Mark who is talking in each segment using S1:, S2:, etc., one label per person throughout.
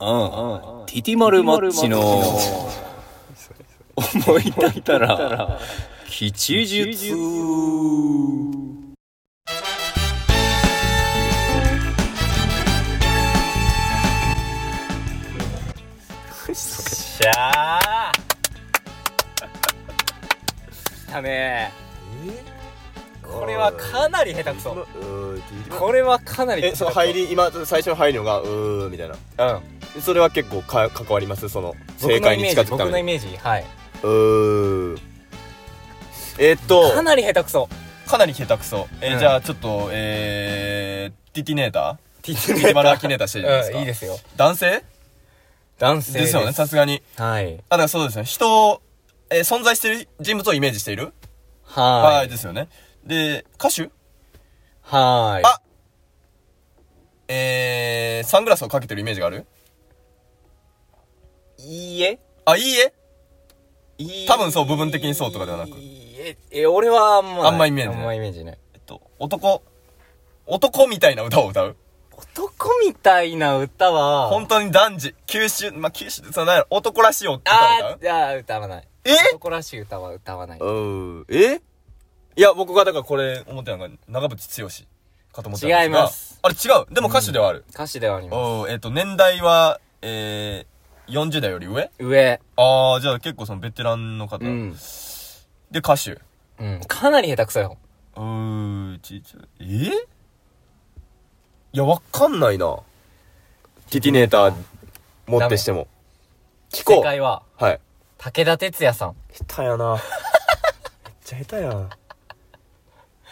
S1: うん。ティティマルマッチの思い立ったら吉日。しゃあ。来たね。これはかなり下手くそ。これはかなり。
S2: えその入。り今最初の入るのがうーみたいな
S1: うん。
S2: それは結構か関わりますその正
S1: 僕の
S2: 解
S1: イ
S2: に
S1: メ
S2: 近
S1: ー
S2: づ
S1: ジ、
S2: くた
S1: 僕の
S2: め
S1: イ
S2: に
S1: メージ、はい。
S2: うーえっと
S1: かなり下手くそ。
S2: かなり下手くそえー
S1: うん
S2: じゃあちょっとえーティティネータ
S1: ティ
S2: ーティティマルアキネーターしてるじゃないです
S1: う
S2: か
S1: ん、いいですよ。
S2: 男性
S1: 男性
S2: ですよねさすがに
S1: はい。
S2: あだからそうですね人を、えー存在してる人物をイメージしているは
S1: はいい。
S2: ですよねで歌手
S1: はい。
S2: あえー、サングラスをかけてるイメージがある
S1: いいえ
S2: あいいえ
S1: いい
S2: 多分そう部分的にそうとかではなく
S1: いいえ、え俺はあんまない。
S2: あんまイメージない
S1: あんまイメージない。
S2: えっと男男みたいな歌を歌う
S1: 男みたいな歌は、
S2: 本当に男児九州まあ九州ってそんなやろ男らしい歌を歌
S1: あ
S2: う
S1: ー、あー歌わない。
S2: え
S1: 男らしい歌は歌わない。違
S2: うんえいや僕がだからこれ思ったのが長渕剛かと思ったんですが
S1: 違います
S2: あれ違うでも歌手ではある、
S1: 歌詞ではありま
S2: おうえっ、と年代はえー、40代より上
S1: す。上。
S2: ああじゃあ結構そのベテランの方、
S1: うん。
S2: で歌手
S1: うん。かなり下手くそよ。
S2: うーちっちゃいえー、いやわかんないなティティネーター持ってしても聞こ
S1: 正解
S2: う
S1: は、
S2: はい
S1: 武田鉄矢さん。
S2: 下手や なめっちゃ下手やん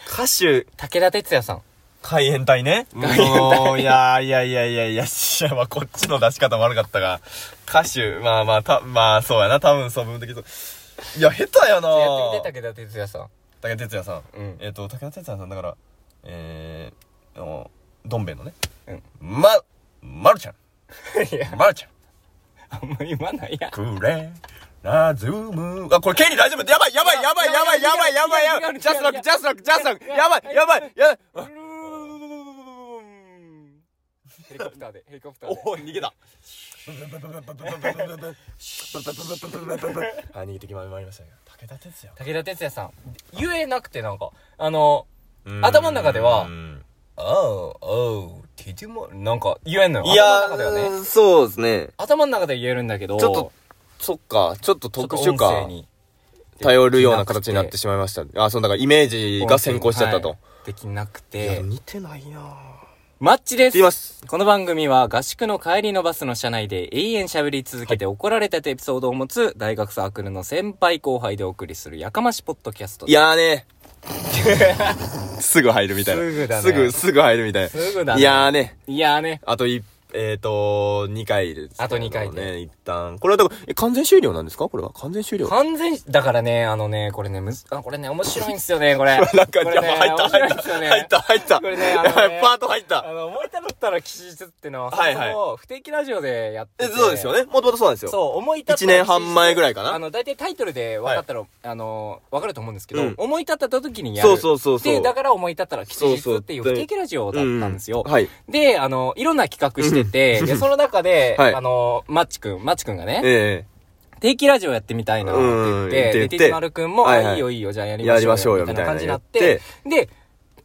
S2: 歌手
S1: 武田鉄矢さん。
S2: 海援隊ね。
S1: 海援隊
S2: もういやいやいやいやいや、いや、まあこっちの出し方悪かったが、歌手、まあまあ、た、まあそうやな、多分そう、部分的にそう。いや、下手やな
S1: やってみて、武田鉄矢さん。
S2: 武田鉄矢さん。
S1: うん。
S2: えっ、と、武田鉄矢さんだから、えー、あの、どん兵衛のね、
S1: うん
S2: ま、まるちゃ
S1: いや、
S2: ん、まるちゃん、
S1: あんま言わないや。
S2: くれ、なずむ。あ、これ、ケリー大丈夫やばいやばいやばいやばいやばいやばいやばいジャスラック、ジャスラック、ジャスラック、やばいやばいやばい
S1: ヘリコプターで、ヘリコプターで。
S2: おお逃げた あ逃げてきまいりましたね武田鉄矢
S1: 武田鉄矢さん。言えなくてなんか、あの、頭の中ではあおおう、ティティマル、なんか言えんのよ。
S2: いや
S1: 頭の中ではね。
S2: ーそうですね
S1: 頭の中で言えるんだけど、
S2: ちょっとそっかちょっと
S1: ちょっ
S2: 特
S1: と
S2: 殊
S1: 音声
S2: か
S1: に
S2: 頼るような形になってしまいましたあそうだからイメージが先行しちゃったと、
S1: はいできなくて。
S2: 似てないなぁ
S1: マッチです
S2: 言います
S1: この番組は合宿の帰りのバスの車内で永遠喋り続けて怒られたエピソードを持つ大学サークルの先輩後輩でお送りするやかましポッドキャスト
S2: い
S1: です。
S2: やー ねすぐ入るみたいな
S1: すぐだね
S2: すぐすぐ入るみたいな
S1: すぐだね
S2: いやーね
S1: いやーね。
S2: あとい、えっ、ー、と、2回ですけど。
S1: あと二回で
S2: ね、一旦。これはだから、え、完全終了なんですかこれは。完全終了。
S1: 完全、だからね、あのね、これね、むず、あ、これね、面白いんすよね、これ。
S2: なんか、
S1: こ
S2: い
S1: れ
S2: や
S1: ね、
S2: ばい入った、入
S1: 面白
S2: った、
S1: いんすよね。
S2: 入った、入った。
S1: これねあのね
S2: やば いパート入った。
S1: あの、思い立ったら吉日ってのは、
S2: はいはい
S1: そもそも不定期ラジオでやって
S2: え、
S1: て。
S2: そうですよね。もともとそうなんですよ。
S1: そう、思い立った。
S2: 一年半前ぐらいかな
S1: あの、大体タイトルで分かったら、あの、分かると思うんですけど、
S2: うん
S1: 思い立った時にやる。
S2: そうそうそうそう。
S1: で、だから思い立ったら吉
S2: そうそう
S1: 日っていう不定期ラジオだったんですよ。
S2: うはい。
S1: で、あの、いろんな企画してて、で、その中で、
S2: はい
S1: あの、マッチくん、マッチくんがね、
S2: え
S1: 定期ラジオやってみたいなって言っ
S2: うん
S1: て、
S2: 言って言って
S1: で、ティティマルくんも、
S2: はい
S1: あ
S2: はい
S1: いいよいいよ、じゃあやり
S2: やりま
S1: ま
S2: し
S1: し
S2: ょ
S1: ょ
S2: う
S1: う
S2: よ
S1: よ、
S2: み
S1: み
S2: た
S1: た
S2: い
S1: い
S2: な
S1: な感じになって、で、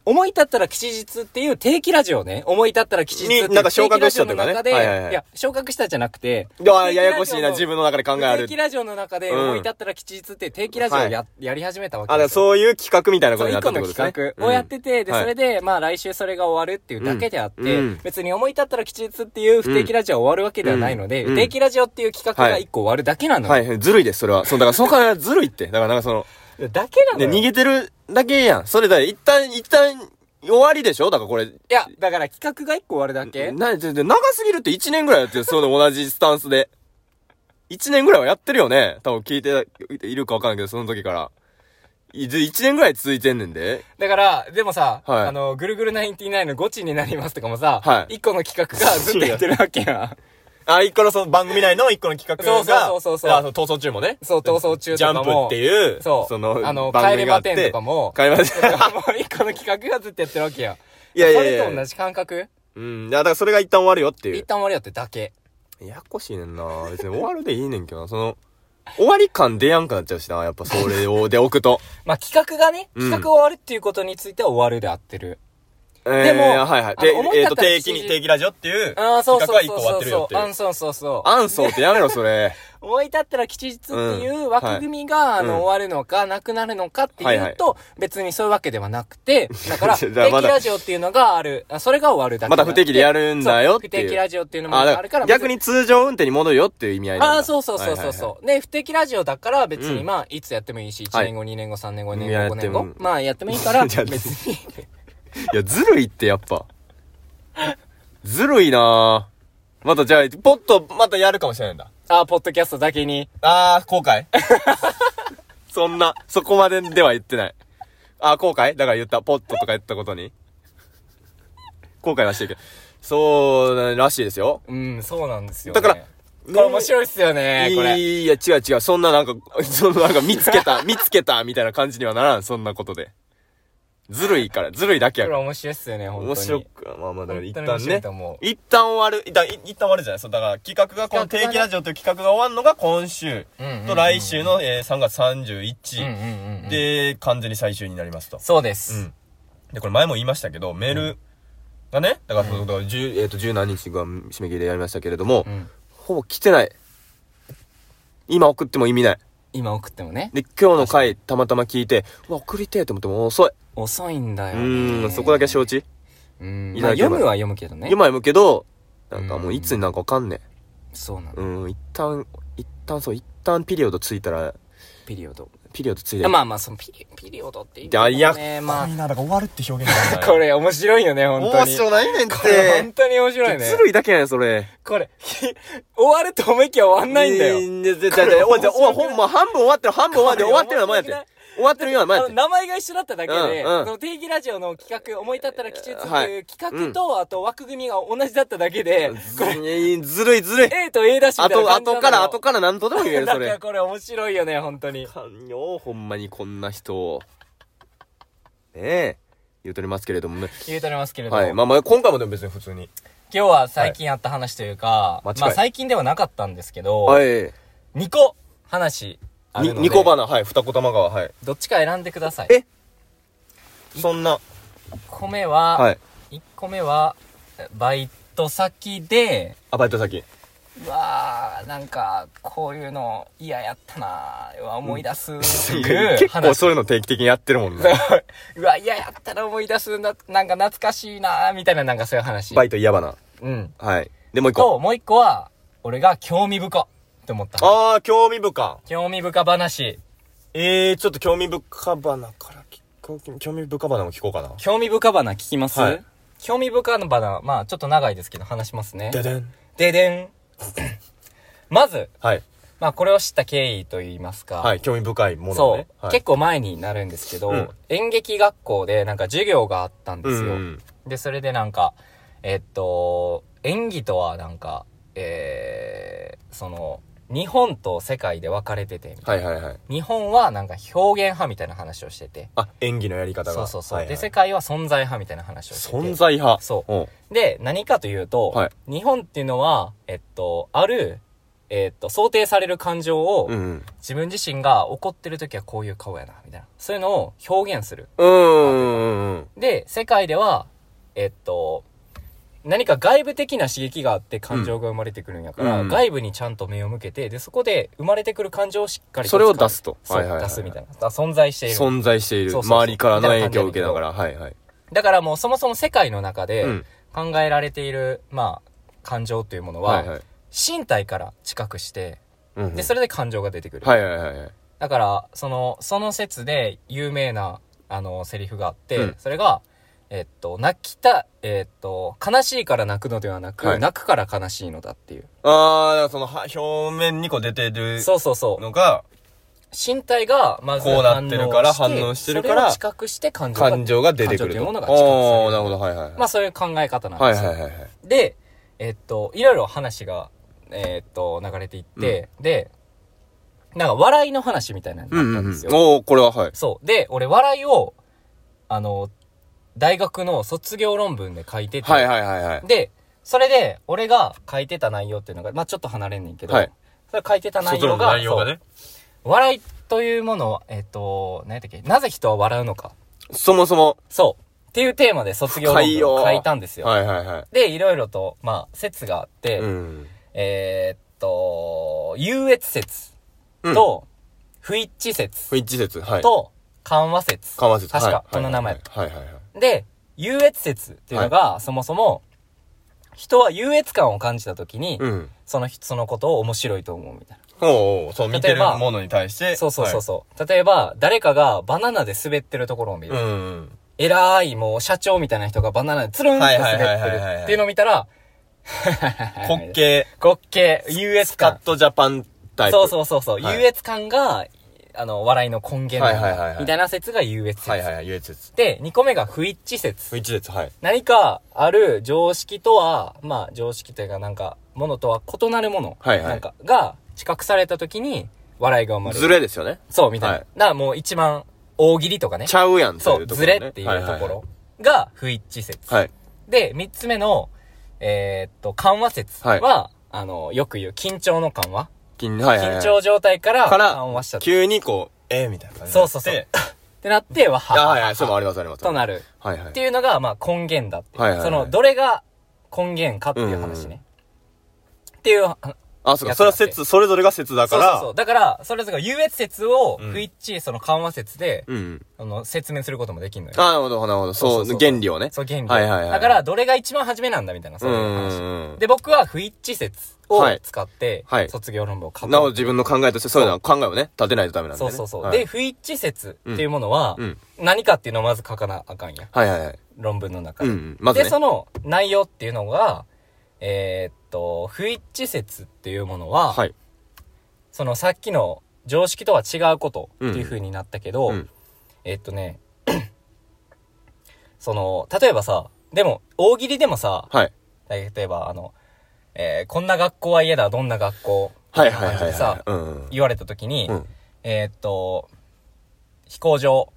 S1: 思い立ったら吉日っていう定期ラジオね、思い立ったら吉日っていう
S2: になんか
S1: 定
S2: 昇
S1: 期
S2: 格
S1: ラ
S2: し
S1: ジ
S2: た
S1: オ
S2: と
S1: の
S2: かね
S1: 中で、
S2: はいはいはい
S1: いや、昇格したじゃなくて、
S2: えあややこしいな、自
S1: 定期ラジオ
S2: 分
S1: の
S2: の中で考えあ
S1: 定
S2: る
S1: 期。ラジオの中で、
S2: うん
S1: 思い立ったら吉日って定期ラジオをや,、やり始めたわけ
S2: あ、だから
S1: ですよ。
S2: そういう企画みたいなこ
S1: そ
S2: と
S1: う、
S2: にな
S1: 一
S2: った
S1: 個
S2: って
S1: の
S2: ことですね。
S1: 企画をやってて、で、
S2: はい
S1: それで、まあ来週それが終わるっていうだけであって、
S2: うん
S1: 別に思い立ったら吉日っていう不定期ラジオは終わるわけではないので、
S2: うん
S1: 定期ラジオっていう企画が一個終わるだけなのよ。
S2: はい、ずるいです、それは。そう、だからその考えはずるいって。だからなんかその、
S1: だけなの
S2: ね、
S1: よ。
S2: 逃げてるだけやん。それだ、一旦、一旦、終わりでしょだからこれ。
S1: いや、だから企画が一個終わるだけ
S2: な、で、で長すぎるって1年ぐらいやってる、その同じスタンスで。1年ぐらいはやってるよね。多分聞いているかわかんないけど、その時から。いず1年ぐらい続いてんねんで。
S1: だから、でもさ、
S2: はい
S1: あの、ぐるぐる99のゴチになりますとかもさ、
S2: はい
S1: 一個の企画がずっとやってるわ けや。
S2: あ、一個のその番組内の一個の企画が。
S1: そうそうそうそうそう
S2: あの逃走中もね。
S1: そう、逃走中
S2: ジ
S1: と
S2: ャ
S1: か
S2: ン
S1: も。
S2: プっていう、
S1: そう
S2: の、
S1: あの
S2: 番組があって
S1: 帰れま10とかも
S2: 帰れま10
S1: もう一個の企画がずっとやってるわけや。
S2: いやいやいや
S1: それと同じ感覚
S2: うん。いやだからそれが一旦終わるよっていう
S1: 一。旦終わりよってだけ。
S2: ややこしいねんな別に終わるでいいねんけどな、その、終わり感出やんくなっちゃうしな、やっぱそれを、で置くと。
S1: まあ企画がね、
S2: うん
S1: 企画が終わるっていうことについては終わるで合ってる。
S2: えー、
S1: でも
S2: はいはい。
S1: あの
S2: で
S1: 思い
S2: えっ、
S1: 立
S2: と、
S1: ったら
S2: 定期に、定期ラジオっていう、
S1: ああ、そうそう
S2: 企
S1: そ
S2: 画は
S1: う
S2: 一個終わ
S1: そ
S2: って
S1: う
S2: るよ
S1: そ
S2: って
S1: う。
S2: い
S1: あん
S2: う。
S1: そうそうそう。
S2: アンソーってやめろ、そ れ。
S1: 思い立ったら吉日っていう枠組み
S2: う
S1: が、
S2: ん
S1: あ
S2: はい
S1: の、終わるのか、なくなるのかって
S2: はい
S1: い
S2: は
S1: う
S2: い
S1: と、別にそういうわけではなくて、だか ら、
S2: じ
S1: 不定
S2: ゃあま
S1: 期
S2: だ
S1: ラジオっていうのがある。あそれが終わるだけ
S2: ま
S1: であ
S2: た
S1: って。
S2: 不定期でやるんだよっていう。
S1: そう不定期ラジオっていうのも
S2: あ、だ
S1: あ
S2: か
S1: るから
S2: ら、逆に通常運転に戻るよっていう意味合いなんだ
S1: ああ、そうそうそうそうそう。で、不定期ラジオだから別に、
S2: うん
S1: まあ、いつやってもいいし、
S2: は
S1: 1
S2: い
S1: 年後、2年後、3年後、4
S2: いやや
S1: 年
S2: っ
S1: 後、5
S2: て
S1: 年
S2: も
S1: 後。まあ、やってもいいか ら、
S2: じゃあ
S1: 別に。
S2: いや、ずるいってやっぱ。ずるいなぁ。またじゃあ、ポッとまたやるかもしれないんだ。
S1: ああ、ポッドキャストだけに。
S2: あー、後悔 そんな、そこまででは言ってない。あー、後悔だから言った。ポッととか言ったことに。後悔はしてるけど。そう、らしいですよ。
S1: うん、そうなんですよ、
S2: だから
S1: これ面白いっすよね、これ。
S2: いや、違う違う。そんななんか、 そのなんか見つけ た、見つけた、みたいな感じにはならん。そんなことで。ずるいから、ずるいだけや
S1: こ
S2: から
S1: れ。面白いっすよね、本当に。
S2: 面白く、まあまあ、だから一
S1: 本当に面
S2: 旦
S1: 白い
S2: ね
S1: と思。う
S2: 一旦終わる、一旦、い一旦終わるじゃないそう、だから企画が、この定期ラジオという企画が終わるのが今週
S1: うんうんうん
S2: と来週の、えー3月
S1: うんうん
S2: 31、
S1: うんうん。
S2: で、完全に最終になりますと。
S1: そうで
S2: う
S1: す
S2: ん。。で、これ前も言いましたけど、メールがね、だから、そのだから十、えっと、十何日が締め切りでやりましたけれども
S1: う、ん。
S2: ほぼ来てない。今送っても意味ない。
S1: 今送ってもね。
S2: で、今日の回、たまたま聞いて、うわ、送りてえと思っても遅い。
S1: 遅いんだ
S2: う
S1: よね。
S2: ーん、そこだけ承知。
S1: うん。
S2: いた
S1: まあ
S2: だけれ
S1: 読
S2: ば
S1: むは読むけどね。
S2: 今やむけど、なんかもういつになるかわかんねえ。
S1: そうなの。
S2: うん、一旦、一旦そう、一旦ピリオドついたら、
S1: ピリオド。
S2: ピリオドつい
S1: い
S2: て
S1: やまあまあ、そのピリ、ピリオドって言って
S2: あ、いや、
S1: ね、
S2: ま
S1: ま
S2: あ、
S1: あ。
S2: なだから終わるって表現なんだ
S1: これ面白いよね、本当に。
S2: ないねんっ
S1: これ本当に面白いね。
S2: ずるいだけやねん、それ。
S1: これ、 終わると思いきや終わんないんだよ。
S2: えーじゃじゃじゃ、おいじゃ、おい、ほんま、半分終わってる、半分終わってる、終わってるような前やって。終わってるような前
S1: あ
S2: やっ
S1: の
S2: て。
S1: 名前が一緒だっただけで、
S2: うんうん
S1: その定義ラジオの企画、思い立ったら吉日って
S2: はいいう
S1: 企画と、あと枠組みが同じだっただけで、これ、
S2: ずずるい、ずるい。
S1: A と A だしみ
S2: あ
S1: たいな
S2: と、
S1: 感じな
S2: 後
S1: の
S2: から、後から何とでも言える、そ
S1: だから
S2: れ。
S1: これ面白いよね、本当に。
S2: かんよ、ほんまにこんな人を。ねえ、言うとりますけれどもね。
S1: 言うとりますけれども、
S2: はい、まあまあ、今回もでも別に普通に。
S1: 今日は最近あった話というか、
S2: はい間違い
S1: まあ最近ではなかったんですけど、
S2: はい。
S1: 2個話あるので、
S2: に、ニコバナ、はい、二子玉川、はい。
S1: どっちか選んでください。
S2: えそんな。
S1: 1個目は、
S2: はい。
S1: 1個目は、バイト先で、
S2: アバイト先。
S1: うわあなんかこういうの嫌やったなーうわ思い 出すっていう
S2: 結構
S1: 話
S2: そういうの定期的にやってるもんね。
S1: うわ嫌やったら思い出すななんか懐かしいなーみたいななんかそういう話
S2: バイト嫌ばな。
S1: うん
S2: はい。で、もう一個。
S1: ともう一個は俺が興味深って思った
S2: あー、興味深。
S1: 興味深話
S2: えー、ちょっと興味深花から聞こう、興味深花も聞こうかな。
S1: 興味深花聞きます、
S2: はい
S1: 興味深花まあちょっと長いですけど話しますね
S2: でん。
S1: ででん まず
S2: はい。
S1: まあこれを知った経緯といいますか
S2: はい、興味深いもの
S1: そう
S2: ね。、はい
S1: 結構前になるんですけど、
S2: うん
S1: 演劇学校でなんか授業があったんですよ。
S2: うんうん
S1: で、それでなんか、えっと、演技とはなんか、えー、その、日本と世界で分かれてて、
S2: はいはいはい。
S1: 日本はなんか表現派みたいな話をしてて、
S2: あ、演技のやり方が。
S1: そうそうそう。
S2: はいはい
S1: で、世界は存在派みたいな話をしてて。
S2: 存在派。
S1: そう
S2: うん。
S1: で、何かというと、
S2: はい
S1: 日本っていうのは、えっと、ある、えっと、想定される感情を、
S2: うん
S1: 自分自身が怒ってる時はこういう顔やな、みたいな。そういうのを表現する。
S2: うん。うん。うん。
S1: で、世界では、えっと、何か外部的な刺激があって感情が生まれてくるんやから、
S2: うん
S1: 外部にちゃんと目を向けて、で、そこで生まれてくる感情をしっかりと
S2: それを出すと。
S1: そう、出すみたいな。だから存在している。
S2: 存在している。
S1: そうそうそう
S2: 周りからの影響を受けながら。はいはい。
S1: だからもうそもそも世界の中
S2: う
S1: で
S2: ん
S1: 考えられている、まあ、感情というものは、
S2: はいはい。
S1: 身体から近くして、
S2: うんうん
S1: で、それで感情が出てくる。
S2: はいはいはいはい。
S1: だから、その、その説で有名な、あの、セリフがあって、
S2: うん
S1: それが、えっと、泣きた、えっと、悲しいから泣くのではなく、
S2: はい
S1: 泣くから悲しいのだっていう。
S2: あー、だからそのは、表面にこう出てる
S1: そうそうそう。
S2: のが、
S1: 身体が、まず
S2: こうなってるから
S1: 反応して
S2: 反応してるから
S1: それを知覚して感情が。
S2: 感情が出てくる
S1: 感情というものが知覚され
S2: おー、
S1: る
S2: なるほど、はいはいはい。
S1: まあ、そういう考え方なん
S2: は
S1: で
S2: い
S1: す
S2: は
S1: よ。
S2: いはいはい。
S1: で、えっと、いろいろ話が、えっと、流れていって、で、なんか笑いの話みたいなのに
S2: う
S1: な
S2: ん
S1: った
S2: うん
S1: ん
S2: う
S1: で
S2: ん
S1: すよ。。
S2: おー、これははい。
S1: そう。で、俺、笑いを、あの、大学の卒業論文で書いてて、
S2: はいはいはいはい。
S1: で、それで、俺が書いてた内容っていうのが、まあちょっと離れんねんけど、
S2: はい
S1: それ書いてた内
S3: 外
S1: 容
S3: の
S1: が、
S3: 内容がね。
S1: そう笑いというものを、えっ、と、何やったっけ、なぜ人は笑うのか。
S2: そもそも。
S1: そう。っていうテーマで卒業論
S2: 深いよ
S1: 文を書いたんですよ。
S2: はいはいはい。
S1: で、いろいろと、まあ説があって、
S2: うん。
S1: えーっと、優越説と、不一致説
S2: 不一致説。はい。、
S1: と、緩和説。
S2: 緩和説。
S1: 確か、
S2: はい
S1: この名前やった。
S2: はいはいはいはい。
S1: で、優越説っていうのが、そもそも、人は優越感を感じたときに、
S2: うん。
S1: その人、そのことを面白いと思うみたい
S2: おうおう、そう、
S1: 例えば
S2: 見てるものに対して。
S1: な。そうそうそ
S2: そ
S1: うそう。例えば、誰かがバナナで滑ってるところを見る。
S2: うんうん。
S1: 偉い、もう社長みたいな人がバナナでつるんと滑
S2: はい
S1: って
S2: はいはい
S1: る
S2: はいはい
S1: っていうのを見たら、
S2: 滑稽、
S1: 滑稽、優越
S2: スカ
S1: 感
S2: ッ。トジャパンタイプ。
S1: そうそうそうそう、
S2: はい
S1: 優越感が、あの、笑いの根源なんだ
S2: はいはいはいはい
S1: みたいな説が優越説。
S2: はいはいはい、優越説。
S1: で、2個目が不一致説。
S2: 不一致説、はい。
S1: 何かある常識とは、まあ常識というかなんか、ものとは異なるもの。
S2: はいはい
S1: なんか、が、知覚された時に、笑いが生まれる。
S2: ズレですよね。
S1: そう、みたいな。
S2: はい
S1: だからもう一番、大喜利とかね。
S2: ちゃうやんってい
S1: そうう、
S2: とこ
S1: ズ
S2: ろね。
S1: レっていうところが不一致説。
S2: はいはいはい。はい。
S1: で、3つ目の、えーっと、緩和説は、あの、よく言う、緊張の緩和。
S2: 緊はいはいはい
S1: 緊張状態から
S2: から
S1: 緩和したと。
S2: 急にこう、えーみたいな感じに
S1: そ
S2: な
S1: う
S2: って。
S1: そうそう。 ってなって、わは
S2: あ、はいはい、そうもありますあります。
S1: となる。
S2: はいはい
S1: って。いうのが、まあ、根源だって。
S2: はいはいはい
S1: その、どれが根源かっていう話ね。っていう、あ
S2: あ、そうか、それは説、それぞれが説だか
S1: そう
S2: ら。
S1: そうそう。だから、それぞれが優越説を、
S2: うん
S1: 不一致、その緩和説で、
S2: うん。
S1: あの、説明することもできるのよ。
S2: あ、なるほど、なるほど。
S1: そうそ
S2: そうう、
S1: そう
S2: 原理をね。
S1: そう、原理。
S2: はいはいはい
S1: だから、どれが一番初めなんだみたいな、そうういう
S2: うん
S1: 話。
S2: うんうん。
S1: で、僕は不一致説を
S2: はい
S1: 使って、
S2: はい
S1: 卒業論文を書く。
S2: なお自分の考えとしてそういうのは考えをね、立てないとダメなんで、
S1: そ
S2: ね。
S1: うそうそう。
S2: はい
S1: で、、不一致説っていうものは、
S2: うん。
S1: 何かっていうのをまず書かなあかんや。
S2: はいはいはい。
S1: 論文の中
S2: うん
S1: で。
S2: うん。まず
S1: で、
S2: ね。
S1: その内容っていうのが、えーっと、不一致説っていうものは、
S2: はい。
S1: そのさっきの常識とは違うことっていう風になったけど、
S2: うん。
S1: えーっとね、 その、例えばさ、でも、大喜利でもさ、
S2: はい。
S1: 例えば、あの、えーこんな学校は嫌だ、どんな学校
S2: はいはい
S1: み
S2: は
S1: た
S2: い
S1: いな感じでさ
S2: はい。うん。
S1: 言われた時に、
S2: うん。
S1: えーっと、飛行場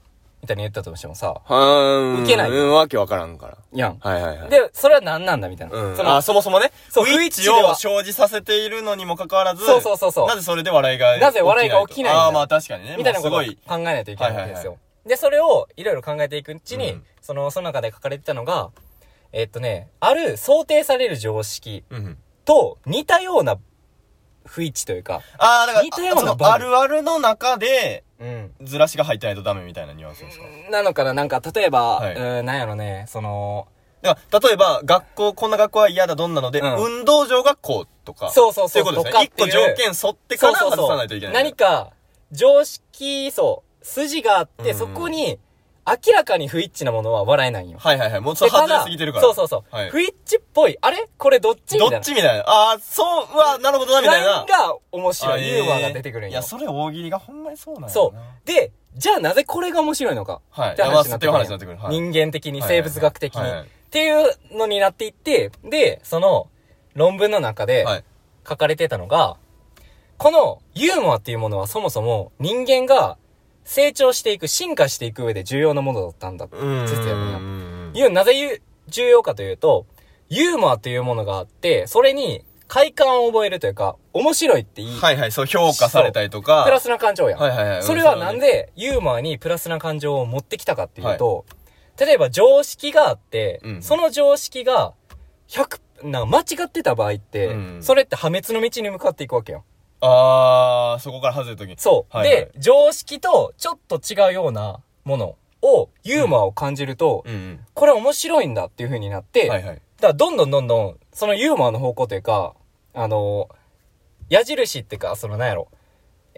S1: みたいに言ったとしてもさ、
S2: はーん。
S1: いけない
S2: うん、わけわからんから。
S1: やん。
S2: はいはいはい。、
S1: で、それは何なんだみたいな。
S2: うん。
S1: その
S2: あ、そもそもね。
S1: そう
S2: 不一致
S1: 不一致で
S2: を
S1: は
S2: 生じさせているのにもかかわらず、
S1: そうそうそうそう
S2: なぜそれで笑いが起きない
S1: なぜ笑いが起きないんだ
S2: ああー、まあ確かにね。
S1: みたいなこと
S2: も
S1: を
S2: う
S1: 考
S2: すごい。
S1: えないといけないわけですよ。
S2: は
S1: で、それをいろいろ考えていくうちに、
S2: うん
S1: その、その中で書かれてたのが、えっとね、ある想定される常識
S2: うん。
S1: と似たような不一致というか、
S2: ああ、だから、
S1: 似たような
S2: その
S1: 場面
S2: あるあるの中で、
S1: うん。
S2: ずらしが入ってないとダメみたいなニュアンスですか
S1: なのかななんか、例えば、
S2: はいう
S1: ーんなんやろね、その、
S2: だから、例えば、学校、こんな学校は嫌だ、どんなので、
S1: うん
S2: 運動場がこうとか。
S1: そうそうそう
S2: そういうことです
S1: とか
S2: ね。
S1: っ
S2: 一
S1: てい
S2: 個
S1: う
S2: 条件沿ってから外さないといけない。
S1: 何か、常識、そう、筋があって、
S2: うん
S1: そこに、明らかに不一致なものは笑えないんよ。
S2: はいはいはい。もうそれ
S1: でた
S2: 外
S1: だ
S2: れすぎてるから。
S1: そうそうそう。
S2: はい
S1: 不一致っぽい。あれこれどっちみた
S2: ど
S1: いな
S2: っ。ちみたいな。ああ、そう、うわ、なるほどな、みたい
S1: ライ
S2: な
S1: ン。が面白
S2: あ
S1: い。
S2: ー
S1: ユーモアが出てくるん
S2: い
S1: よ
S2: や、。それ大喜利がほんまにそうなんやな。
S1: そう。で、じゃあなぜこれが面白いのか。
S2: はい
S1: って話になってく
S2: まあ
S1: るん
S2: そう
S1: よ
S2: っていう話になってくるはい
S1: 人間的に、
S2: はいはい
S1: 生
S2: はい
S1: 物学的に。
S2: はい
S1: っていうのになっていって、で、その論文の中で
S2: はい。
S1: 書かれてたのが、このユーモアっていうものはそもそも人間が成長していく、進化していく上で重要なものだったんだ。
S2: うーん。
S1: 説やもんな
S2: うん
S1: いうなぜ言う重要かというと、ユーモアというものがあって、それに快感を覚えるというか、面白いっていい。
S2: はいはい、そう、評価されたりとか。
S1: プラスな感情やん。
S2: はいはいはい。
S1: それはなん
S2: で
S1: でユーモアにプラスな感情を持ってきたかっていうと、例えば常識があって、
S2: うん
S1: その常識が100、なんか間違ってた場合って、
S2: うん
S1: それって破滅の道に向かっていくわけよ。
S2: ああ、そこから外れるときに。
S1: そう。
S2: はいはい
S1: で、常識とちょっと違うようなものを、ユーモアを感じると、
S2: うんうん。
S1: これ面白いんだっていう風になって、
S2: はいはい。
S1: だからどんどんどんどん、そのユーモアの方向というか、あの、矢印っていうか、そのなんやろ、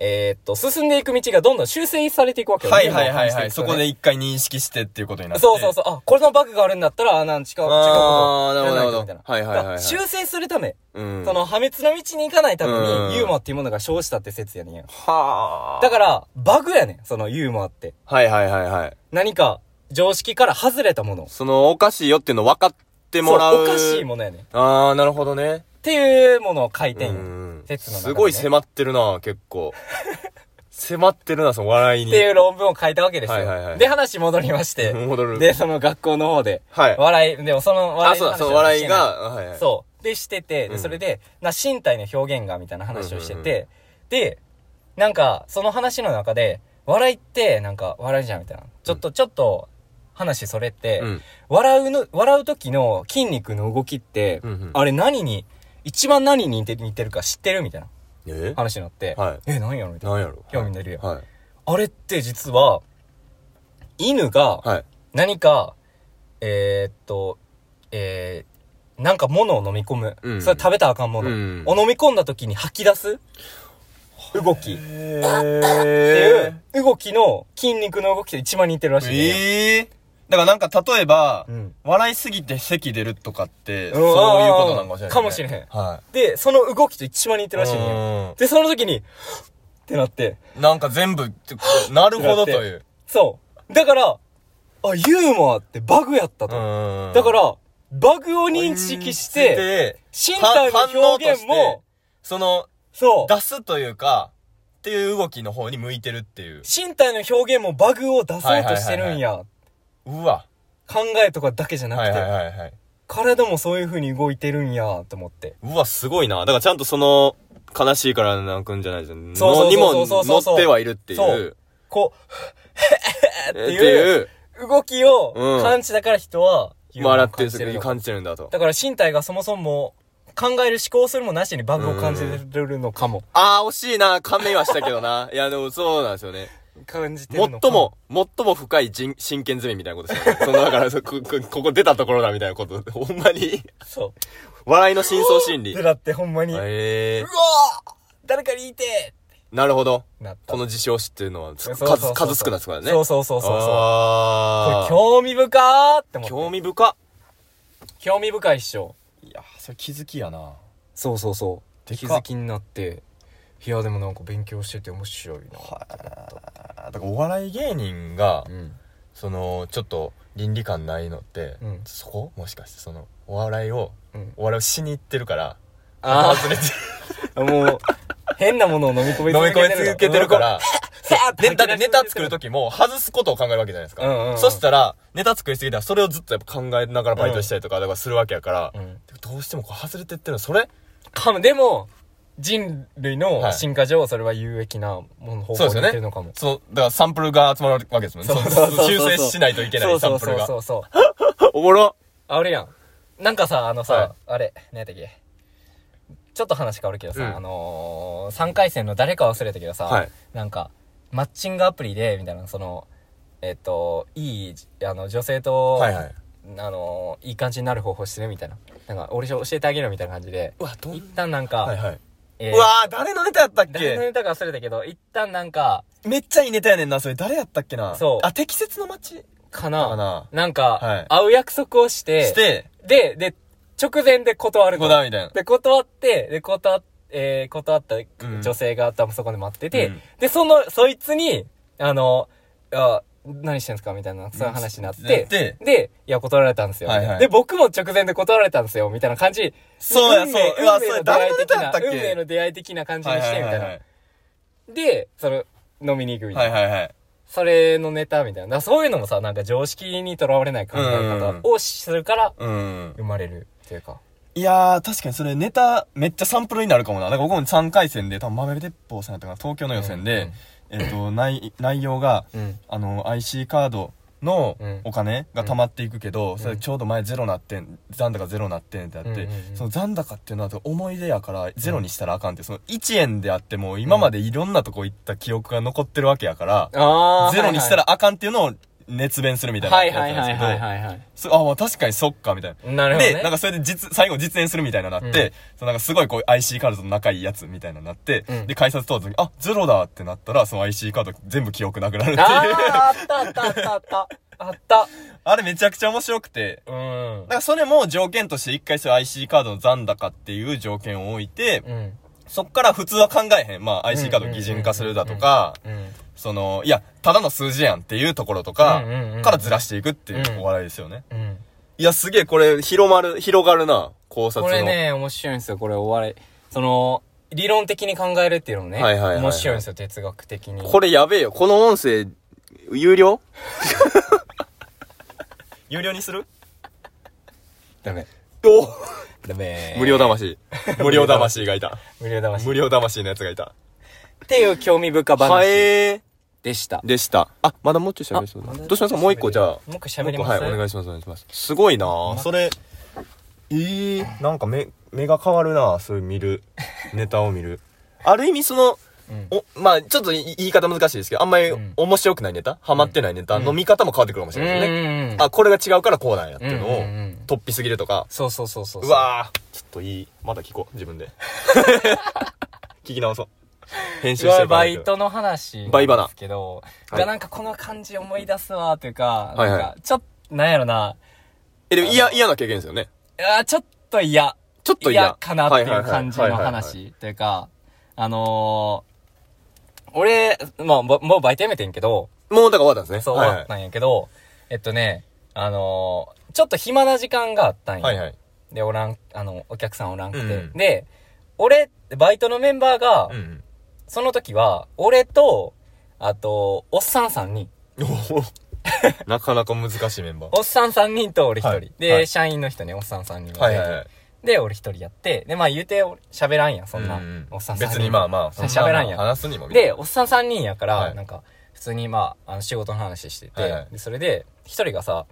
S1: えーっと、進んでいく道がどんどん修正されていくわけよ。
S2: はいはいはいはい。
S1: ユー
S2: そ
S1: モアを
S2: こ
S1: 感じ
S2: で
S1: てい
S2: 一
S1: く
S2: 回認識してっていうことにな
S1: と
S2: っ
S1: ね
S2: て。
S1: そうそうそう。あ、これのバグがあるんだったら、あなん、違う、違うこと
S2: あーなるほど
S1: やらないとみたいな
S2: はいはいはいはい
S1: だから修正するため、
S2: う。うん。
S1: その破滅の道に行かないため
S2: うん
S1: に、ユーモアっていうものが生じたって説やねん。
S2: はあ。
S1: だから、バグやねん、そのユーモアって。
S2: はいはいはいはい。
S1: 何か、常識から外れたもの。
S2: その、おかしいよっていうの分かってもらう。
S1: そおかしいものやねん。っ
S2: ああ、なるほどね。
S1: ていうものを書いてんよ
S2: うん
S1: 説の中で ね
S2: すごい迫ってるな、結構。
S4: 迫ってるな、その笑い
S1: っ
S4: に。
S1: ていう論文を書いたわけですよ。
S4: はいはいはい
S1: で、話戻りまし て。
S4: 戻る
S1: で、その学校の方で。
S4: はい
S1: 笑い、でもその
S4: あ、
S1: 笑い
S4: そうだ、
S1: の話は
S4: その笑いが、
S1: して
S4: はい
S1: な。
S4: はいい。
S1: そう。で、してて、で
S4: うん
S1: それで、な、身体の表現が、みたいな話をして
S4: うんうん
S1: て、で、なんか、その話の中で、笑いって、なんか、笑いじゃん、みたいな。ちょっと、ちょっと、話それって、
S4: うん。
S1: 笑うの、笑う時の筋肉の動きって、
S4: うんうん
S1: あれ何に、一番何に似て似てるか知ってるみたいな
S4: え
S1: 話になって、
S4: はい
S1: え、何やろみたいな。
S4: なんやろ
S1: 興味出るやん
S4: はい。
S1: あれって実は、犬が
S4: はい。
S1: 何か、えーっと、えー、なんか物を飲み込む。
S4: うん
S1: それ食べたらあかんもの、
S4: うん
S1: を飲み込んだ時に吐き出す動きっ
S4: へ
S1: てい
S4: え
S1: う動きの筋肉の動きと一番似てるらしい、ね。
S2: ええだからなんか例えば、
S1: うん
S2: 笑いすぎて咳出るとかって、
S1: ん
S2: そういうことなんかもしれない、
S1: かもしれへん
S2: は
S1: で、その動きと一番似て
S2: い。
S1: るらしいね。で、その時に、ってなって。
S2: うんなんか全 部、なるほどという。
S1: そう。だから、あ、ユーモアってバグやったと。
S2: うん
S1: だから、バグを認識して、、身体の表現
S2: 反応として
S1: も、
S2: その、
S1: そう。
S2: 出すというか、っていう動きの方に向いてるっていう。
S1: 身体の表現もバグを出そうとしてるんや。
S2: うわ。
S1: 考えとかだけじゃなく
S2: はい
S1: て、
S2: はいはいはい。
S1: 体もそういう風に動いてるんや、と思って。
S4: うわ、すごいな。だからちゃんとその、悲しいから泣くんじゃないじゃん。
S1: そうそう
S4: に
S1: そう
S4: も
S1: そうそうそ
S4: 乗
S1: う
S4: ってはいるってい。
S1: そうこ
S4: って
S1: いう
S4: う。
S1: う、動きを
S4: うん
S1: 感じたから人は、ユーモア
S4: 笑
S1: を
S4: ってる
S1: 感じ
S4: 時に
S1: の
S4: 感じてるんだと。
S1: だから身体がそもそも、考える思考するもなしにバグを感じてるのかも。
S4: あー、惜しいな。勘弁はしたけどな。いや、でもそうなんですよね。
S1: 感じてるのか
S4: 最も、最も深い人真剣詰めみたいなことですよね。その、だから、そこ、こここ出たところだみたいなこと。ほんまに、
S1: そ
S4: 笑いの深層心
S1: う。
S4: 理
S1: で。だってほんまに、うわ
S4: えー、
S1: ー誰かに言いて
S4: なるほど。
S1: ーなった。
S4: この事象を知ってるのは、
S1: そう
S4: 数、
S1: そうそう
S4: 数少ないですからね。
S1: そうそうそうそうそう。こ
S4: あ
S1: れ
S4: ー
S1: 興味深ーって思って。
S4: 興味深。
S1: 興味深いっしょ。
S2: いや、それ気づきやな。
S1: そうそうそう
S2: で
S1: 気
S2: か
S1: づきになっていやでもなんか勉強してて面白いな
S2: だからお笑い芸人が、
S1: うん
S2: その、ちょっと倫理観ないのって、
S1: うん
S2: そこもしかして、その、お笑いを、
S1: うん
S2: お笑いをしに行ってるから、
S1: あ
S2: 忘れて、
S1: あ もう変なものを飲み込み
S2: 飲み込み続けてる から、ね、だってネタ作る
S1: と
S2: 時も外すことを考えるわけじゃないですか。
S1: うんうんうん
S2: そしたら、ネタ作りすぎたらそれをずっとやっぱ考えながらバイトしたりとか、だからするわけやから、
S1: うん
S2: どうしてもこう外れてってるの、それ
S1: かもでも人類の
S2: はい
S1: 進化上それは有益なもの方
S2: そう
S1: 向
S2: です
S1: に
S2: よ
S1: いっ
S2: ね
S1: てるのかも
S2: その、だからサンプルが集まるわけですもんね。
S1: そう そうそう
S2: 修正しないといけないサンプルが。
S1: そうそうそうそう
S4: おもろ。
S1: あれやんなんかさあのさ、
S2: はい
S1: あれ何やったっけちょっと話変わるけど
S4: う
S1: さ、
S4: ん
S1: あのー、3回戦の誰か忘れたけどさ、
S4: はい
S1: なんかマッチングアプリでみたいなそのえっといいあの女性と、
S2: はいはい。
S1: あのいい感じになる方法してるみたいななんか俺教えてあげるよみたいな感じで
S2: うわ、ど
S1: 一旦なんか、
S2: はいはい。
S1: えー
S2: うわー、誰のネタやったっ
S1: 誰の
S2: け
S1: ネタか忘れたけど一旦なんか
S2: めっちゃいいネタやねんな、それ誰やったっけな。
S1: そう
S2: あ、適切の街
S1: かな
S2: かな
S1: なんか、
S2: はい
S1: 会う約束をして
S2: して、
S1: でで直前で断る
S2: こ
S1: と
S2: だみたいな。
S1: で、断って、で、断っ、えー断った女性が多分そこで待ってて、
S2: うん
S1: で、その、そいつに、あの、あ、何してんすかみたいな、そういう話になっ、
S2: なってて
S1: で、いや、断られたんですよ、
S2: はいはい
S1: で、僕も直前で断られたんですよ、みたいな感じ。
S2: そうや
S1: 運
S2: そう
S1: 命
S2: うわ
S1: 運命
S2: そ
S1: の
S2: れ
S1: 出会
S2: 誰
S1: い的
S2: のネタや
S1: な
S2: っ、たっけ
S1: 運命の出会い的な感じにして、みたい
S2: は
S1: な。
S2: い
S1: で、その、飲みに行くみたい
S2: は
S1: な。
S2: いはいはい。
S1: それのネタみたいな。だからそういうのもさ、なんか常識にとらわれない考え方をするから、
S2: うん。
S1: 生まれるっていうか。
S2: いやー、確かにそれネタ、めっちゃサンプルになるかもな。なんか僕も3回戦で、多分豆鉄砲さんやったかな、東京の予選で、えっと、内、内容が、
S1: うん。
S2: あの、IC カードの
S1: うん
S2: お金が溜まっていくけど、それ
S1: うん
S2: ちょうど前ゼロなってん、残高ゼロなってんってなって、
S1: うんうんうん
S2: その残高っていうのは思い出やからゼロにしたらあかんって、その1円であっても今までいろんなとこ行った記憶が残ってるわけやから、
S1: あー
S2: ゼロにしたらあかんっていうのを熱弁するみたいな
S1: はい
S2: やつ
S1: はい
S2: なん
S1: は
S2: です
S1: い
S2: けど
S1: はいはいはい。
S2: そうあ、まあ確かにそっか、みたいな。
S1: なるほど、ね。
S2: で、なんかそれで実、最後実演するみたいなのなって、
S1: うん
S2: そのなんかすごいこう IC カードと仲いいやつみたいなのなって、
S1: うん
S2: で、改札通った時に、あ、ゼロだってなったら、その IC カード全部記憶なくなるっていう。 あ
S1: あーあったあったあったあった。あった。
S2: れめちゃくちゃ面白くて、
S1: うん
S2: だか。らそれも条件として一回そういう IC カードの残高っていう条件を置いて、
S1: うん。
S2: そっから普通は考えへん。まあ IC カードを擬人化するだとか、
S1: うん。
S2: その、いや、ただの数字やんっていうところと
S1: う
S2: か
S1: んうんうん、
S2: からずらしていくってい
S1: うん
S2: うお笑いですよね。
S1: うん。
S4: いや、すげえ、これ、広まる、広がるな。考察
S1: こ
S4: の。
S1: れね、面白いんですよ。これ、お笑い。その、理論的に考えるっていうのもね、
S2: はいはいはいはい
S1: 面白いんですよ、哲学的に。
S2: これやべえよ。この音声、有 料
S3: 有料にする
S1: ダメ。
S2: お
S1: ダメ。
S2: 無料。 魂。無料魂がいた。
S1: 無料 魂。
S2: 無料魂のやつがいた。
S1: っていう興味深
S2: は
S1: 話
S2: え
S1: でした。
S2: ー。でした。あ、まだもうちょい喋りそうだ。
S1: あ
S2: どうしますもう一個じゃあ。
S1: もう一個喋ります
S2: はい、お願いします、お願いします。すごいなぁ。
S3: それいいなんか目目が変わるなそういう見るネタを見 る
S2: ある意味その、
S1: うん
S2: お、まあちょっと言い方難しいですけど、あんまり
S1: うん
S2: 面白くないネタ、ハマってないネタ
S1: うん
S2: の見方も変わってくるかもしれないですね。
S1: うんうんうん
S2: あ、これが違うからこうなんやっていうのを
S1: うんうんうん、
S2: 突飛すぎるとか、
S1: そうそうそうそう。
S2: うわぁ、ちょっといい。まだ聞こう、自分で。 聞き直そう。編
S1: う
S2: 集して
S1: わ
S2: るから
S1: バイトの話。
S2: バイバナ
S1: ですけど、
S2: はい
S1: がなんかこの感じ思い出すわ、というか、
S2: はい
S1: な
S2: はい
S1: んか、ちょっと、なんやろな、
S2: え、でも嫌、嫌な経験ですよね。
S1: あーちょっと嫌。
S2: ちょっと嫌
S1: 嫌かなっていう感じの
S2: はいはいはいはいはいはい
S1: 話というか、あのー、俺、まあ、ぼもうバイト辞めてんけど、
S2: もうだから終わったんですね。
S1: そう、
S2: は
S1: 終
S2: い
S1: わったんやけど、えっとね、あのー、ちょっと暇な時間があったんや。
S2: はいはい。
S1: で、おらん、あの、お客さんおらんくて。
S2: うん
S1: で、俺、バイトのメンバーが、
S2: うん
S1: その時は、俺と、あと、おっさん3人。
S2: うん。おー なかなか難しいメンバー。
S1: おっさん3人と俺1
S2: は
S1: 人。
S2: い
S1: で、
S2: はい
S1: 社員の人ね、おっさん3人が
S2: はい
S1: て
S2: はいはい。
S1: で、俺1人やって、で、まあ言うて、俺喋らんやん、そんな。
S2: うう
S1: おっさん3人。
S2: 別にまあまあ、そな
S1: 喋らんやん
S2: まあ話すにも。
S1: で、、おっさん3人やから、
S2: はい
S1: なんか、普通にまあ、あの仕事の話してて、
S2: はいはい
S1: でそれで、1人がさ、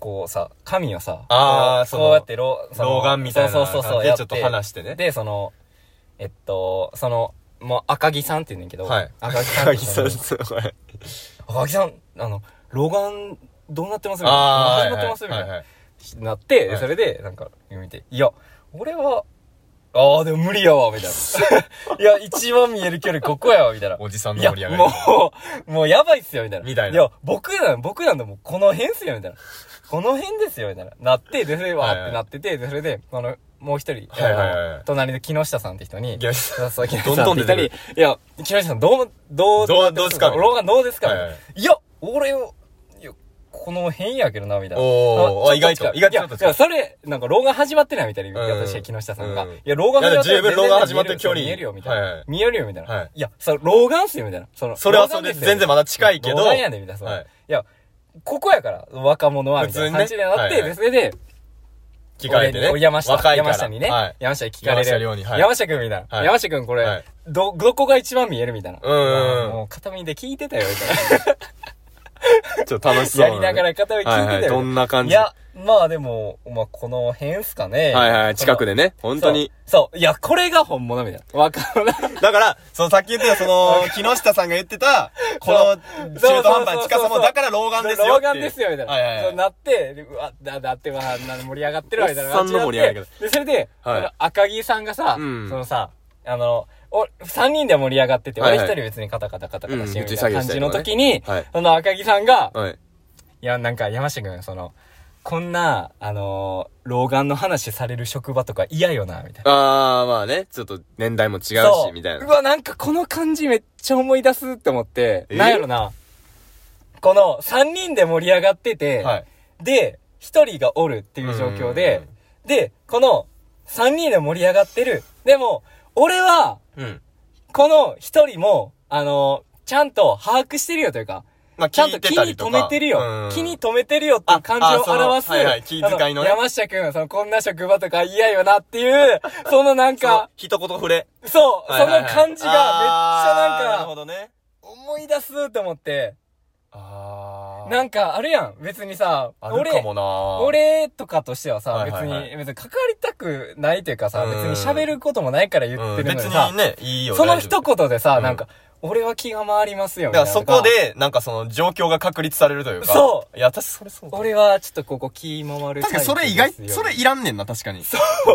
S1: こうさ、髪をさ、
S2: あー
S1: こ
S2: そうの
S1: こうやってろ、その
S2: 老眼みたいな
S1: そうそうそうそう、
S2: 感
S1: や
S2: じ
S1: っ
S2: でちょっ
S1: て。
S2: と話してね
S1: で、その、えっと、その、もう赤木さんって言うねんけど、
S2: はい。
S1: 赤木さん
S2: 赤木
S1: そ
S2: さ
S1: の
S2: ん、すごい。
S1: 赤木さん、あの、老眼、どうなってますみたいな。
S2: ああ、
S1: 始まってますみた
S2: はい
S1: い
S2: はいは
S1: な。
S2: い。
S1: なって、
S2: はい
S1: それで、なんか、見て、いや、俺は、ああ、でも無理やわ、みたい な。いや、一番見える距離ここやわ、みたいな。
S2: おじさん
S1: い
S2: の
S1: や
S2: 盛り上、がり。
S1: もう、もうやばいっすよ、みたいな。
S2: みたいな
S1: や、僕なん、僕なんでもうこの辺っすよ、みたいな。この辺ですよ、みたいな。なって、で、それでわ
S2: はい
S1: ーっ
S2: は
S1: て
S2: い
S1: なってて、で、それで、あの、もう一人、
S2: はいはいはいはい
S1: あの隣の木下さんって人に、
S2: 木下
S1: そ
S2: さ
S1: うそう木下
S2: どん
S1: さん
S2: ど
S1: っ
S2: ん
S1: て
S2: 出
S1: 人
S2: て
S1: に、
S2: く
S1: い
S2: る
S1: や、木下さん、どう、どう、
S2: どうどうですか
S1: 老眼どうですか、
S2: はいいはい
S1: や、俺を、いや、この辺やけどな、みたいな。
S2: おー
S1: あ
S2: あ意外と
S1: ちょっ近い
S2: 意外とちょっと
S1: いや、いやそれ、なんか、老眼始まってないみたいな言い
S2: うん
S1: 方して、木下さんが。
S2: うん
S1: いや、老眼
S2: いや
S1: 始まって
S2: 十分老眼始まってる距離
S1: 見えるよ、みたい
S2: はいは
S1: な。
S2: い
S1: 見えるよ、みたいな。
S2: はい
S1: いや、それ、老眼っすよ、みたいな。その、
S2: それは
S1: 老
S2: そ
S1: 眼
S2: れ
S1: で
S2: です
S1: よ
S2: 全然まだ近いけど。
S1: 老眼やねみたいな。その
S2: はい
S1: いや、ここやから、若者は、みたいな感じでな
S2: 普
S1: っ
S2: 通に
S1: て、
S2: ね
S1: でそれで、
S2: 聞かれてね。
S1: 俺に山下、
S2: 若いから
S1: 山下にね、
S2: はい。
S1: 山下に聞かれ
S2: 山
S1: る。
S2: 下亮にはい
S1: 山下くんみたいな。
S2: はい
S1: 山下くんこれ、
S2: はい
S1: ど、どこが一番見えるみたいな。
S2: うんうんうん
S1: もう片身で聞いてたよ、みたいな。
S2: ちょっと楽しそう
S1: や
S2: なね。
S1: りながら片身聞いてたよ。
S2: はいはい。どんな感じ
S1: いや、まあでも、まあこの辺っすかね。
S2: はいはい。近くでね。
S1: その。
S2: 本当に。
S1: そう。そう。いや、これが本物みたいな。若者。
S3: だから、そのさっき言ってた、その、木下さんが言ってた、この、中
S1: そう
S3: 途半端な近さ
S1: そうそうそうそ
S3: も、
S1: う
S3: だから老眼ですよっていう。
S1: 老眼ですよ、みたいな。
S3: はいはい
S1: そ
S3: は
S1: う
S3: い。
S1: なって、でうわ、だ、だって、まあ、な盛り上がってるわ、みたいな感じになって。
S2: おっさんの盛り上が
S1: で、それで、
S2: はい
S1: その赤木さんがさ、
S2: うん
S1: そのさ、あの、お、三人で盛り上がってて、
S2: はいはい
S1: 俺一人別にカタカタカタカタしてるみたいな
S2: うん
S1: 感じの時に、
S2: はい
S1: その赤木さんが、
S2: はい。
S1: いや、なんか山下くん、その、こんな、あのー老眼の話される職場とか嫌よな、みたいな。
S2: あー、まあね。ちょっと年代も違うし
S1: そう、
S2: みたいうな。
S1: わ、なんかこの感じめっちゃ思い出すって思って、
S2: え
S1: なんやろな。この3人で盛り上がってて、
S3: はい。
S1: で、1人がおるっていう状況で、で、この3人で盛り上がってる。でも、俺は、
S2: うん。
S1: この1人も、あのーちゃんと把握してるよというか、
S2: まあ、
S1: ちゃんと気に留めてるよ。気に留めてるよっていう感じを表す。
S2: ああそのはいはい気遣いのね
S1: あ山下くん、その、こんな職場とか嫌よなっていう、そのなん
S2: か
S1: か、、
S2: 一言触れ。
S1: そう、
S2: はい
S1: そ
S2: はい
S1: の
S2: はい
S1: 感じがめっち
S2: あ
S1: ゃ
S2: ーな
S1: な
S2: る
S1: ん
S2: ほ
S1: か、
S2: どね。
S1: 思い出すって思って、
S2: あー。
S1: なんかあるやん、別にさ、
S2: あるか
S1: 俺
S2: も、な
S1: 俺とかとしてはさ、
S2: はい
S1: 別
S2: はいはい
S1: に、別に関わりたくないというかさ、
S2: うん
S1: 別に喋ることもないから言
S2: うん
S1: ってるの
S2: 別
S1: にさ
S2: に、ね、いいよ。
S1: その
S2: 大丈
S1: 一
S2: 夫
S1: 言でさ、
S2: うん
S1: なんか、俺は気が回りますよ、み
S2: だ
S1: た
S2: か
S1: い
S2: ら
S1: な。
S2: そこ、で、なんかその状況が確立されるというか。
S1: そう
S2: いや、私それそうだ。
S1: 俺はちょっとここ気回る。
S3: 確かにそれ意外、それいらんねんな、確かに。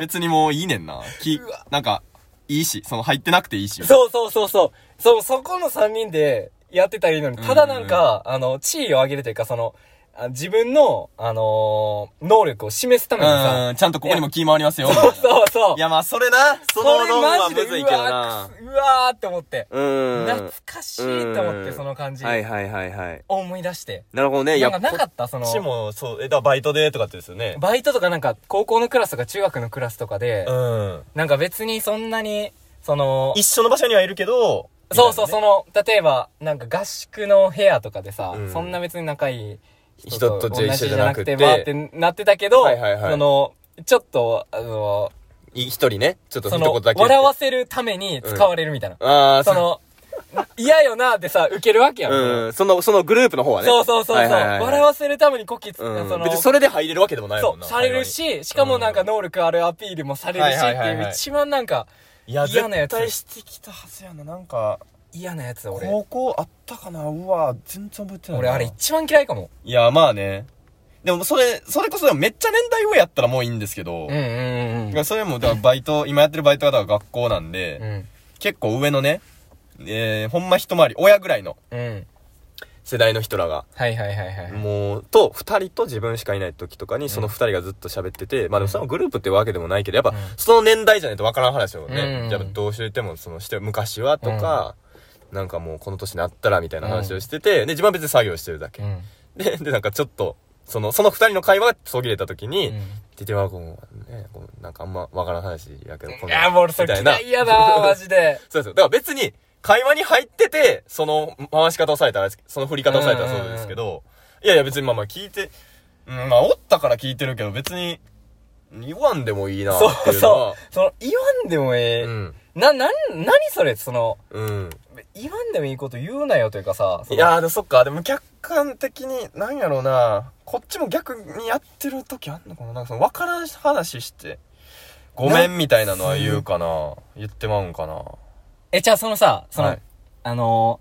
S3: 別にもういいねんな。き、なんか、いいし、その入ってなくていいし。
S1: そうそうそうそう。そう、そこの3人でやってたらいいのに、ただなんか、あの、地位を上げるというか、その、あ自分の、あのー能力を示すた
S3: う
S1: めにさ、
S3: ん、ちゃんとここにも気回りますよ。
S1: そうそうそう。
S3: いや、まあ、それな。
S2: そ
S1: こ
S2: の
S1: れ
S2: 論
S1: マ
S2: は
S1: ジ
S2: む
S1: で
S2: ずいうけど
S1: わ
S2: な
S1: ーくすうわーって思って、
S2: うーん
S1: 懐。かしいって思って、その感じ、
S2: はいはいはいはい。
S1: 思い出して。
S2: なるほどね。
S1: なんかなか
S2: こ
S1: った、その
S2: っ、ちも、そう、え、だからバイトでとかってですよね。
S1: バイトとかなんか、高校のクラスとか中学のクラスとかで、
S2: うん。
S1: なんか別にそんなに、その、
S3: 一緒の場所にはいるけど、
S1: そうそう、
S3: みたい
S1: その、例えば、なんか合宿の部屋とかでさ、
S2: うん
S1: そんな別に仲いい
S2: 人とじゃ一
S1: 同
S2: 緒
S1: じ
S2: じ
S1: じ
S2: ゃ
S1: ゃ
S2: な
S1: な
S2: く
S1: く
S2: て
S1: て、わーってなってたけど、
S2: はいはいはい
S1: その、ちょっと、あの、
S2: い一人ね、ちょっと
S1: そ
S2: 一
S1: の
S2: 言だけ。
S1: 笑わせるために使われるみたいな。
S2: ああ、
S1: そ、の、嫌よなでさ、受けるわけやん。
S2: うん、その、そのグループの方はね。
S1: そうそうそうそう、
S2: はいはいはい
S1: 笑わせるためにこきつ、
S2: うん
S1: その
S2: 別に、それで入れるわけでもないも
S1: そ
S2: ん
S1: う、
S2: な。
S1: されるし、しかもなんか能力あるアピールもされるしって
S3: はいはいはい
S1: い
S3: は
S1: う、
S3: い
S1: 一番なんか
S3: な。いや、
S1: 嫌なや
S3: 絶
S1: つ
S3: 対してきたはずやな。なんか、
S1: 嫌なやつ、俺。
S3: 高校あったかなうわ、全然覚えてないな。
S1: 俺あれ一番嫌いかも。
S3: いや、まあね。でも、それ、それこそ、めっちゃ年代上やったらもういいんですけど、
S1: うんうんうん
S3: いやそれも、だからバイト、今やってるバイトがだから学校なんで、
S1: うん。うん。
S3: 結構上のね、えー、ほんま一回り、親ぐらいの。
S1: うん。
S2: 世代の人らが。
S1: はいはいはいはい。
S2: もう、と、二人と自分しかいない時とかに、その二人がずっと喋ってて、まあでもそのグループってわけでもないけど、やっぱ
S1: ん、
S2: その年代じゃないとわからん話だよ
S1: う
S2: ね。
S1: ん
S2: やっぱどうしてても、その、して、昔はとか、なんかもうこの年になったらみたいな話をしてて、で、自分は別に作業してるだけ
S1: う。ん。
S2: で、で、なんかちょっと、その、その二人の会話が途切れた時
S1: う
S2: に
S1: ん、
S2: テテワ君はね、こうなんかあんまわからん話やけど、こん
S1: い
S2: な
S1: や、もう俺それ嫌いや な、マジで。
S2: そうですよ。だから別に、会話に入ってて、その回し方をされたら、その振り方をされたらそうですけど、いやいや別にまあまあ聞いて、
S3: うん、まあ、おったから聞いてるけど、別に、
S2: 言わんでもいいなっ
S1: そう
S2: ていうのは
S1: そ。う。その、言わんでもええ。
S2: ん。
S1: な、なん、何それその、
S2: うん。
S1: 言わんでもいいこと言うなよというかさ、そ
S2: い
S1: の
S2: やー、でもそっか、でも、
S3: でも客観的に、なんやろうな、こっちも逆にやってる時あんのかななんかその、わからん話して、ごめんみたいなのは言うかな言ってまうんかな
S1: え、じゃあそのさ、その、
S3: はい
S1: あの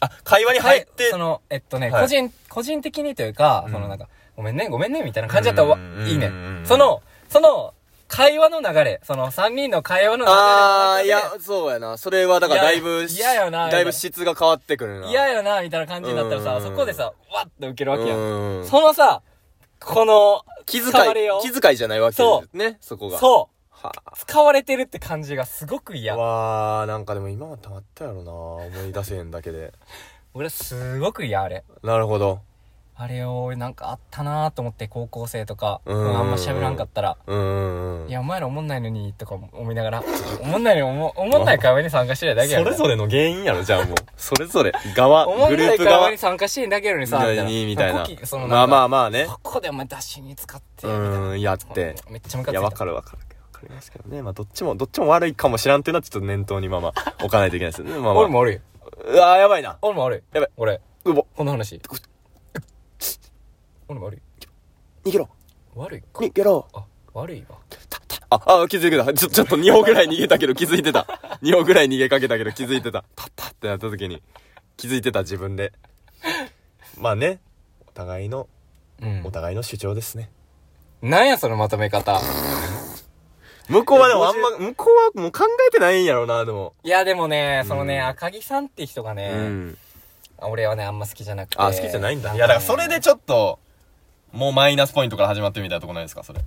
S2: あ、会話に
S1: ー、
S2: 入って、
S1: その、えっとね、
S2: はい
S1: 個人、個人的にというか、
S2: うん
S1: そのなんか、ごめんね、ごめんね、みたいな感じだったらわ
S2: うん、
S1: いいね
S2: うんうんう。ん
S1: その、その、会話の流れ、その3人の会話の流れの
S2: あー、
S1: 中で。
S2: いや、そうやな。それはだからだいぶ、
S1: いやいやよな
S2: だいぶ質が変わってくるな。
S1: 嫌やな、みたいな感じになったら
S2: う
S1: さ、
S2: ん
S1: そこでさ、わっと受けるわけやん。
S2: うん。
S1: そのさ、この、
S2: 気遣
S1: 使われよ
S2: い、気遣いじゃないわけですね、そこが。う。
S1: そう、
S2: は
S1: 使われてるって感じがすごく嫌。
S2: わー、なんかでも今はたまったやろな思い出せへんだけで。
S1: 俺すごく嫌、あれ。
S2: なるほど。
S1: あれを、なんかあったなーと思って、高校生とか、
S2: うん
S1: あんま喋らんかったら、
S2: うんうんうん。
S1: いや、お前ら思んないのに、とか思いながら、思んないのに思、思んない会話に参加してるだけや
S2: そ
S1: ろ。
S2: れぞれの原因やろ、じゃあもう。それぞれ。側
S1: 思、
S2: グ
S1: ん
S2: ル
S1: な
S2: ー
S1: い
S2: プ
S1: 会
S2: 側
S1: 話に。参加してるだけやのにさ、
S2: にみたいな
S1: コキその。
S2: まあまあ
S1: あ。
S2: まあね。
S1: ここでお前出しに使って、
S2: う
S1: みたいな
S2: ーん、いやって。
S1: めっちゃム
S2: い
S1: カついた。
S2: や、わかるわかる。わかりますけどね。まあ、どっちも、どっちも悪いかもしらんっていうのはちょっと念頭にまあまあ、置かないといけないですね。まあまあ。
S1: 俺も悪い。
S2: うわーやばいな。
S1: 俺も悪い。
S2: やばい。
S1: 俺、
S2: うぼ、
S1: この話。俺も悪い。
S2: 逃げろ。
S1: 悪いか。
S2: 逃げろ。
S1: あ、悪いわ。
S2: あ、あ、気づいてた。ちょ、ちょっと2歩ぐらい逃げたけど気づいてた。2歩ぐらい逃げかけたけど気づいてた。パッパッってなった時に、気づいてた自分で。まあね、お互いの、
S1: うん
S2: お。互いの主張ですね。
S1: なんやそのまとめ方。
S2: 向こうはでもあんま、向こうはもう考えてないんやろうな、でも。
S1: いや、でもね、その
S2: う
S1: ね、
S2: ん
S1: 赤木さんって人が
S2: う
S1: ね、。俺はね、あんま好きじゃなくて。
S2: あ好きじゃないんだ
S3: いや、だからそれでちょっと、もうマイナスポイントから始まってるみたいなとこないですか、それ。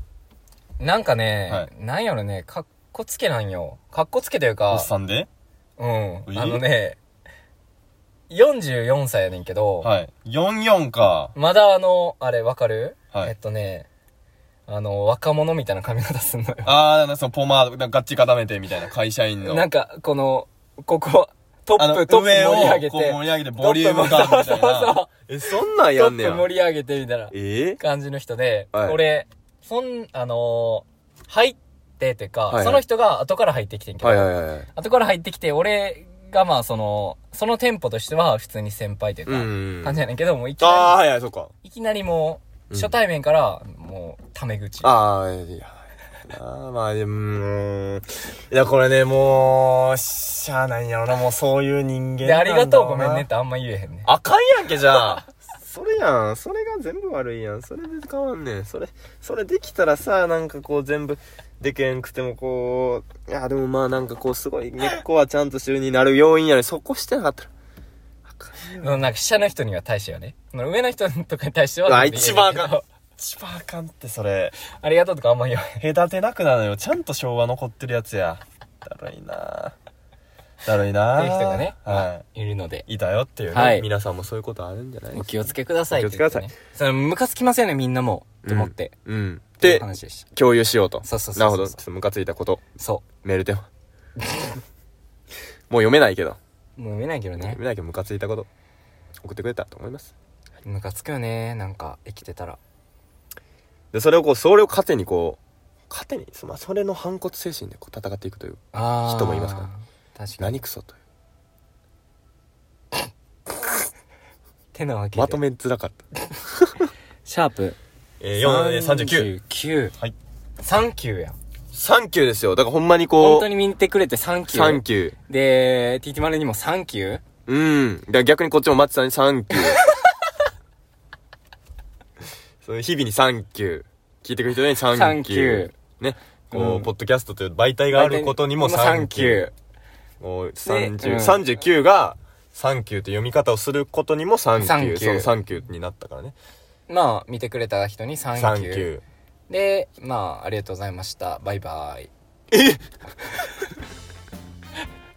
S1: なんかね、
S3: はい
S1: なんやろね、かっこつけなんよ。かっこつけという
S3: お
S1: か
S3: っ、さんで
S1: うん。
S3: え
S1: あのね、44歳やねんけど、
S3: はい。44か。
S1: まだあの、あれわかる、
S3: はい
S1: えっとね、あの、若者みたいな髪型すんのよ。
S3: あー、なんかそのポマード、なんかガッチ固めてみたいな、会社員の。
S1: なんか、この、ここ、ト
S3: あ
S1: ッ
S3: の、
S1: プ、トップ
S3: 上を
S1: 盛り上げ
S3: こう
S1: て。
S3: 盛り上げて、ボリューム感みたい
S1: トップそうそうそ
S3: な
S1: う。
S2: え、そんなんや
S1: ト
S2: ん
S1: ッ
S2: ねや
S1: プ。盛り上げてみたいな
S2: え
S1: 感じの人で、
S2: はい
S1: 俺、そん、あのー入ってっていうか、
S2: はいはい
S1: その人が後から入ってきてんけど、
S2: はいはいはいはい。
S1: 後から入ってきて、俺がまあその、その店舗としては普通に先輩という
S2: う
S1: か、
S2: ん。
S1: 感じやねんけど、もういき
S2: ああ、
S1: な
S2: はいはい、そっか。
S1: り、いきなりもう、
S2: うん
S1: 初対面から、もう、タメ口。
S2: ああ、いや。あーまあ、うーん。いや、これね、もう、しゃあないんやろな、もうそういう人間
S1: で、
S2: なん
S1: あ
S2: だ
S1: り
S2: ろな
S1: がとう、ごめんねっ。てあんま言えへんね。
S2: あかんやんけ、じゃあ。 それやん。それが全部悪いやん。それで変わんねん。それ、それできたらさ、なんかこう全部、でけんくてもこう、いや、でもまあなんかこうすごい、根っこはちゃんと主になる要因やねんそこしてなかったら。あかんよ
S1: そのなんか、下の人には対してはね。その上の人とかに対しては。
S2: あ 一番あかん
S1: 言えへんけど
S3: 一番あかんって、それ。
S1: ありがとうとかあんま言わへん。
S3: 隔てなくなのよ。ちゃんと昭和残ってるやつや。だるいなだるいな
S1: っていう人がね
S3: はい
S1: るので。
S3: い。いたよっていうね。
S1: はい
S2: 皆さんもそういうことあるんじゃない
S1: お気をつけください
S2: お気をつけください
S1: って言ってねその、ムカつきますよね、みんなも。と思って。
S2: うん。
S1: っていう
S2: で、
S1: 話でした。
S2: 共有しようと。
S1: そうそうそうそう
S2: なるほど。ちょっとムカついたこと、
S1: そ
S2: メールでも。
S1: う。
S2: もう読めないけど。
S1: もう読めないけどね
S2: 読。めないけどムカついたこと、送ってくれたと思います。
S1: ムカつくよね。なんか、生きてたら。
S2: で、それをこう、それを糧にこう、糧に、そまあ、それの反骨精神でこう戦っていくという、
S1: あー
S2: 人もいますから
S1: 確かに。
S2: 何クソという。
S1: てなわけで。
S2: まとめづらかった。
S1: シャープ。
S3: えー、4、えー、。
S1: 39。
S3: はい。
S1: 39や。
S2: サンキューですよ。だからほんまにこう、
S1: 本当に見に行ってくれてサンキュー。
S2: サンキュー。
S1: で、ティティマルにもサンキュー
S2: うん。だから逆にこっちもマッチさんにサン キュー。その日々にサンキュー。聞いてくれてる人にサンキュー。
S1: サンキュー
S2: ね。
S3: こ
S2: うん
S3: う、ポッドキャストという媒体があることにもサンキュー。
S2: こう
S1: うん
S2: 30 39が、サンキューって読み方をすることにもサンキ
S1: サンキ
S2: ュ
S1: ュ
S2: ー。
S1: ー
S2: そのサンキューになったからね。
S1: まあ、見てくれた人にサンキュ
S2: サ
S1: ー。
S2: ンキュー。
S1: で、まあ、ありがとうございました。バイバイ。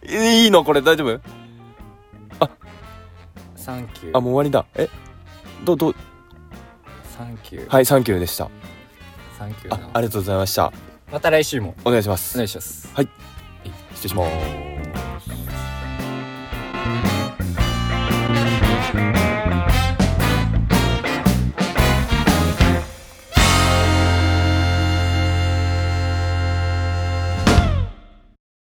S2: えいいのこれ大丈夫
S1: サンキュー。
S2: あ、もう終わりだ。えどう、どう、
S1: サンキュー。
S2: はい、サンキューでした。
S1: サンキュー
S2: あ
S1: な。
S2: ありがとうございました。
S1: また来週も。
S2: お願いしま
S1: お
S2: す。
S1: 願いします。
S2: 失礼します。